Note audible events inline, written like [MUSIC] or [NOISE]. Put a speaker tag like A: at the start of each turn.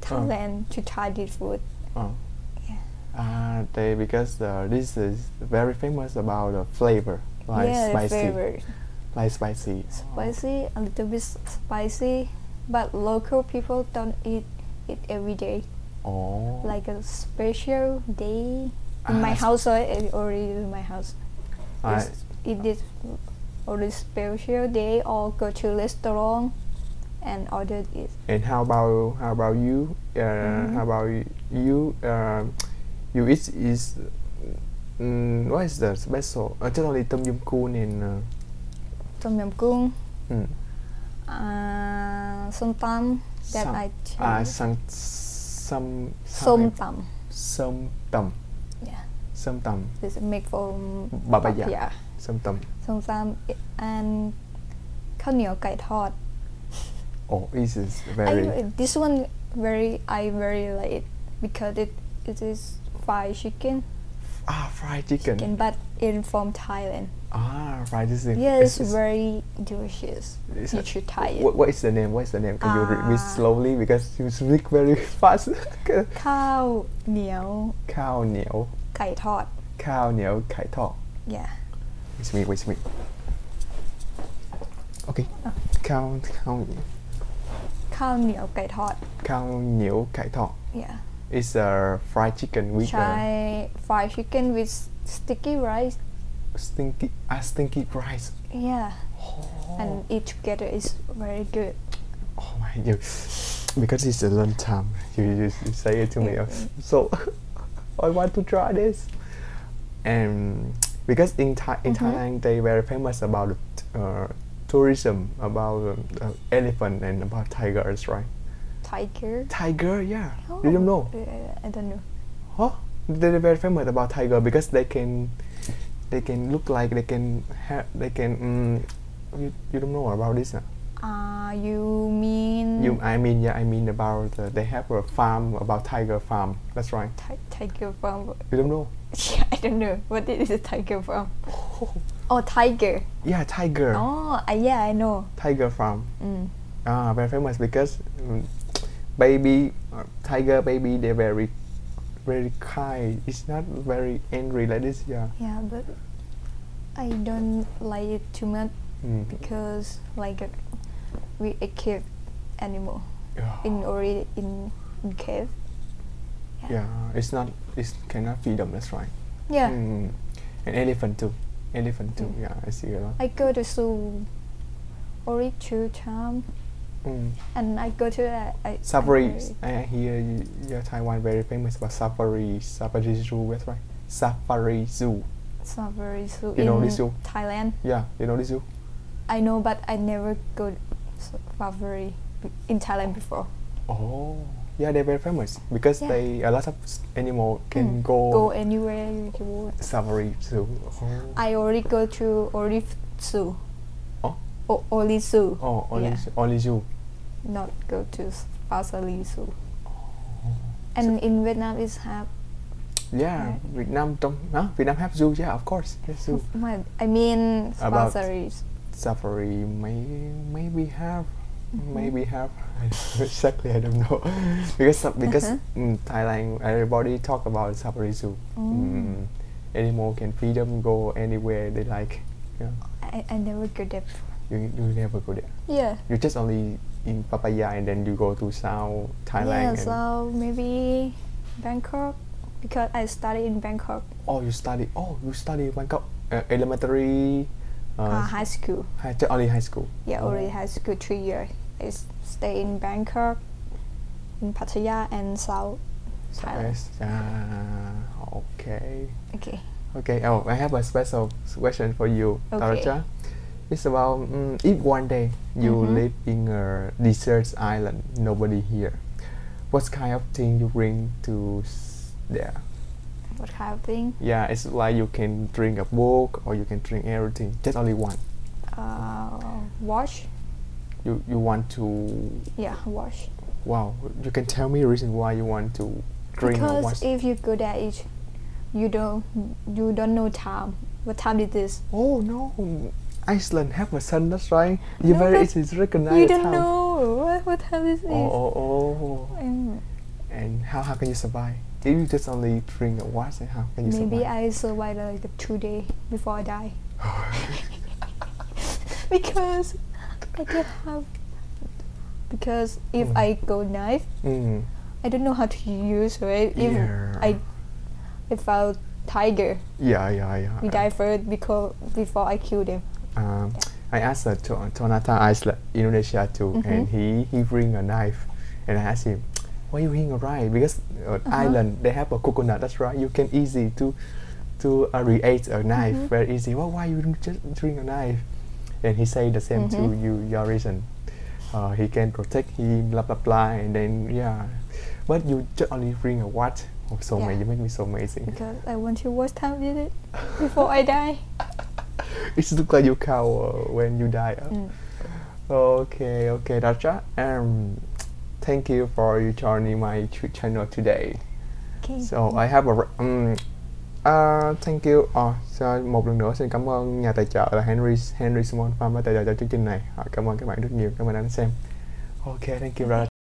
A: Thailand to try this food.
B: Oh.
A: Yeah.
B: Uh, they because uh, this is very famous about the flavor, like
A: yeah,
B: spicy,
A: flavor
B: like spicy.
A: spicy, a little bit spicy, but local people don't eat it every day.
B: Oh.
A: Like a special day in
B: Ah,
A: my
B: sp-
A: house, I I already in my house.
B: I-
A: It's- It is already special day or go to restaurant and order it.
B: and how about how about you? Uh,
A: Mm-hmm.
B: How about y- you? Um, you eat is. Mm, what is the special? Uh, generally tom yum goong and uh,
A: Tom yum goong.
B: mm,
A: Uh, sometimes that
B: some-
A: I
B: uh,
A: choose.
B: some some
A: Som tam.
B: some tầm
A: Yeah,
B: some tầm
A: this made from
B: Papaya.
A: papaya.
B: some tầm
A: Sometimes it- and ข้าวเหนียวไก่ทอด
B: oh this is
A: I,
B: very
A: this one very I very like it because it it is fried chicken,
B: ah fried chicken
A: and but in from Thailand.
B: Ah, right. This is
A: Yeah, it's very delicious.
B: it's
A: you
B: a-
A: should try it.
B: What, what is the name? What is the name? Can you read me
A: Ah.
B: slowly because you speak very [LAUGHS] fast.
A: ข้าวเหนียว
B: Cow niao,
A: ไก่ทอด
B: cow niao kai tao.
A: yeah
B: Wait me, wait me. Okay. Cow cow
A: ข้าวเหนียวไก่ทอด
B: cow niao kai tao.
A: yeah
B: It's a fried chicken with
A: ใช้ fried chicken with sticky rice
B: a stinky, a stinky rice.
A: yeah and eat together is very good
B: Oh my god. Because it's a long time. You, you, you say it to me. uh, So [LAUGHS] I want to try this. And because in, Thai, in Thailand they were famous about uh, tourism, about um, uh, elephant and about tigers, right?
A: tiger
B: Tiger, yeah.
A: Oh.
B: You don't know.
A: Uh, I don't know
B: Huh? They were very famous about tiger because they can they can look like they can ha- they can mm, you, you don't know about this now.
A: uh, you mean
B: You, I mean, yeah, I mean about the, they have a farm about tiger farm. That's right.
A: Ti- tiger from [LAUGHS]
B: You don't know?
A: yeah, I don't know what is a tiger
B: [LAUGHS]
A: from oh tiger
B: Yeah, tiger,
A: oh I, yeah I know
B: tiger farm.
A: mm.
B: Ah, very famous because mm, baby uh, tiger baby they very very kind. It's not very angry like this. Yeah.
A: yeah but I don't like it too much
B: Mm.
A: because like uh, we a cave animal
B: Yeah.
A: in already in, in cave
B: yeah. It's not. It's cannot feed them. That's right.
A: yeah Mm.
B: Mm. And elephant too. Elephant too. Yeah, I see a lot.
A: I go to zoo already two times
B: Mm.
A: and I go to uh, I,
B: Safaris.
A: I,
B: I hear you, yeah, Taiwan very famous about safari, safari zoo. That's right. Safari zoo.
A: safari zoo
B: You
A: in
B: know this zoo?
A: Thailand
B: Yeah, you know this zoo.
A: I know but I never go safari b- in Thailand before
B: Oh, yeah, they're very famous because
A: Yeah. Hmm.
B: they a lot of s- animal can go,
A: go anywhere you want
B: safari zoo. Oh,
A: I already go to already zoo
B: Oh.
A: O- only zoo
B: oh only
A: yeah.
B: zoo, only zoo.
A: not go to Pasali Zoo.
B: Oh.
A: And in Vietnam is have
B: Yeah,
A: Right.
B: Vietnam don't huh? Vietnam have zoo. Yeah, of course, yes, zoo.
A: my I mean
B: About-
A: Pasali Zoo.
B: safari may maybe have
A: Mm-hmm.
B: maybe have [LAUGHS] I don't know exactly I don't know [LAUGHS] because some- because
A: Uh-huh.
B: in Thailand everybody talk about safari zoo. Mm. Animal can feed them go anywhere they like. Yeah.
A: I, I never go there. before.
B: You you never go there.
A: Yeah.
B: You just only in Pattaya and then you go to South
A: yeah.
B: Thailand. and,
A: So maybe Bangkok because I study in Bangkok
B: oh, you study. Oh, you study Bangkok uh, elementary. Uh,
A: uh, high school.
B: high, just only high school.
A: Yeah, already high school three years. I s- stay in Bangkok, in Pattaya and South Thailand.
B: Yes. Ah, okay.
A: Okay.
B: Okay, oh, I have a special question for you,
A: Okay.
B: Taracha. It's about mm, if one day you
A: Mm-hmm.
B: live in a desert island, nobody here, what kind of thing you bring to s- there?
A: What kind of thing?
B: Yeah, it's like you can drink a book or you can drink everything, just only one.
A: Uh, wash.
B: You, you want to,
A: Yeah, wash.
B: wow, you can tell me reason why you want to drink or
A: because
B: watch.
A: if you go there, it, you don't you don't know time. What time it is?
B: oh no, Iceland have a sun, that's right. You
A: No,
B: very
A: but
B: easy to recognize
A: you
B: the
A: don't
B: time.
A: know what, what time it is.
B: Oh, oh, oh.
A: Mm.
B: And how, how can you survive? If you just only drink a watch, then how can you
A: Maybe
B: survive?
A: I survived like two days before I die. [LAUGHS] because I don't have. Because if
B: Mm.
A: I go knife,
B: [LAUGHS] mm.
A: I don't know how to use it. If
B: Yeah.
A: I, if I tiger,
B: Yeah, yeah, yeah.
A: we die first because before I kill them.
B: Um, I asked uh, to, to another Iceland, Indonesia too,
A: Mhm.
B: and he he bring a knife, and I asked him, why you bring a knife? Because uh, Ireland they have a coconut. That's right. You can easy to to uh, create a knife
A: Mhm.
B: very easy. Well, why you don't just bring a knife? And he say the same to
A: Mhm.
B: you your reason. Uh, he can protect him, blah blah blah, and then yeah. But you just only bring a what? Oh, so
A: Yeah.
B: amazing! You make me so amazing.
A: Because I want to waste time with it before I
B: [LAUGHS]
A: die.
B: It look like you cow uh, when you die. uh.
A: Mm.
B: Okay, okay, Raja. Um, thank you for you joining my ch- channel today.
A: Okay.
B: So I have a r- um, uh, thank you. Ờ, so một lần nữa xin cảm ơn nhà tài trợ là Henry Henry Simon Farm đã tài trợ cho chương trình này. Ờ, cảm ơn các bạn rất nhiều. Cảm ơn anh đã xem. Okay, thank you, Raja.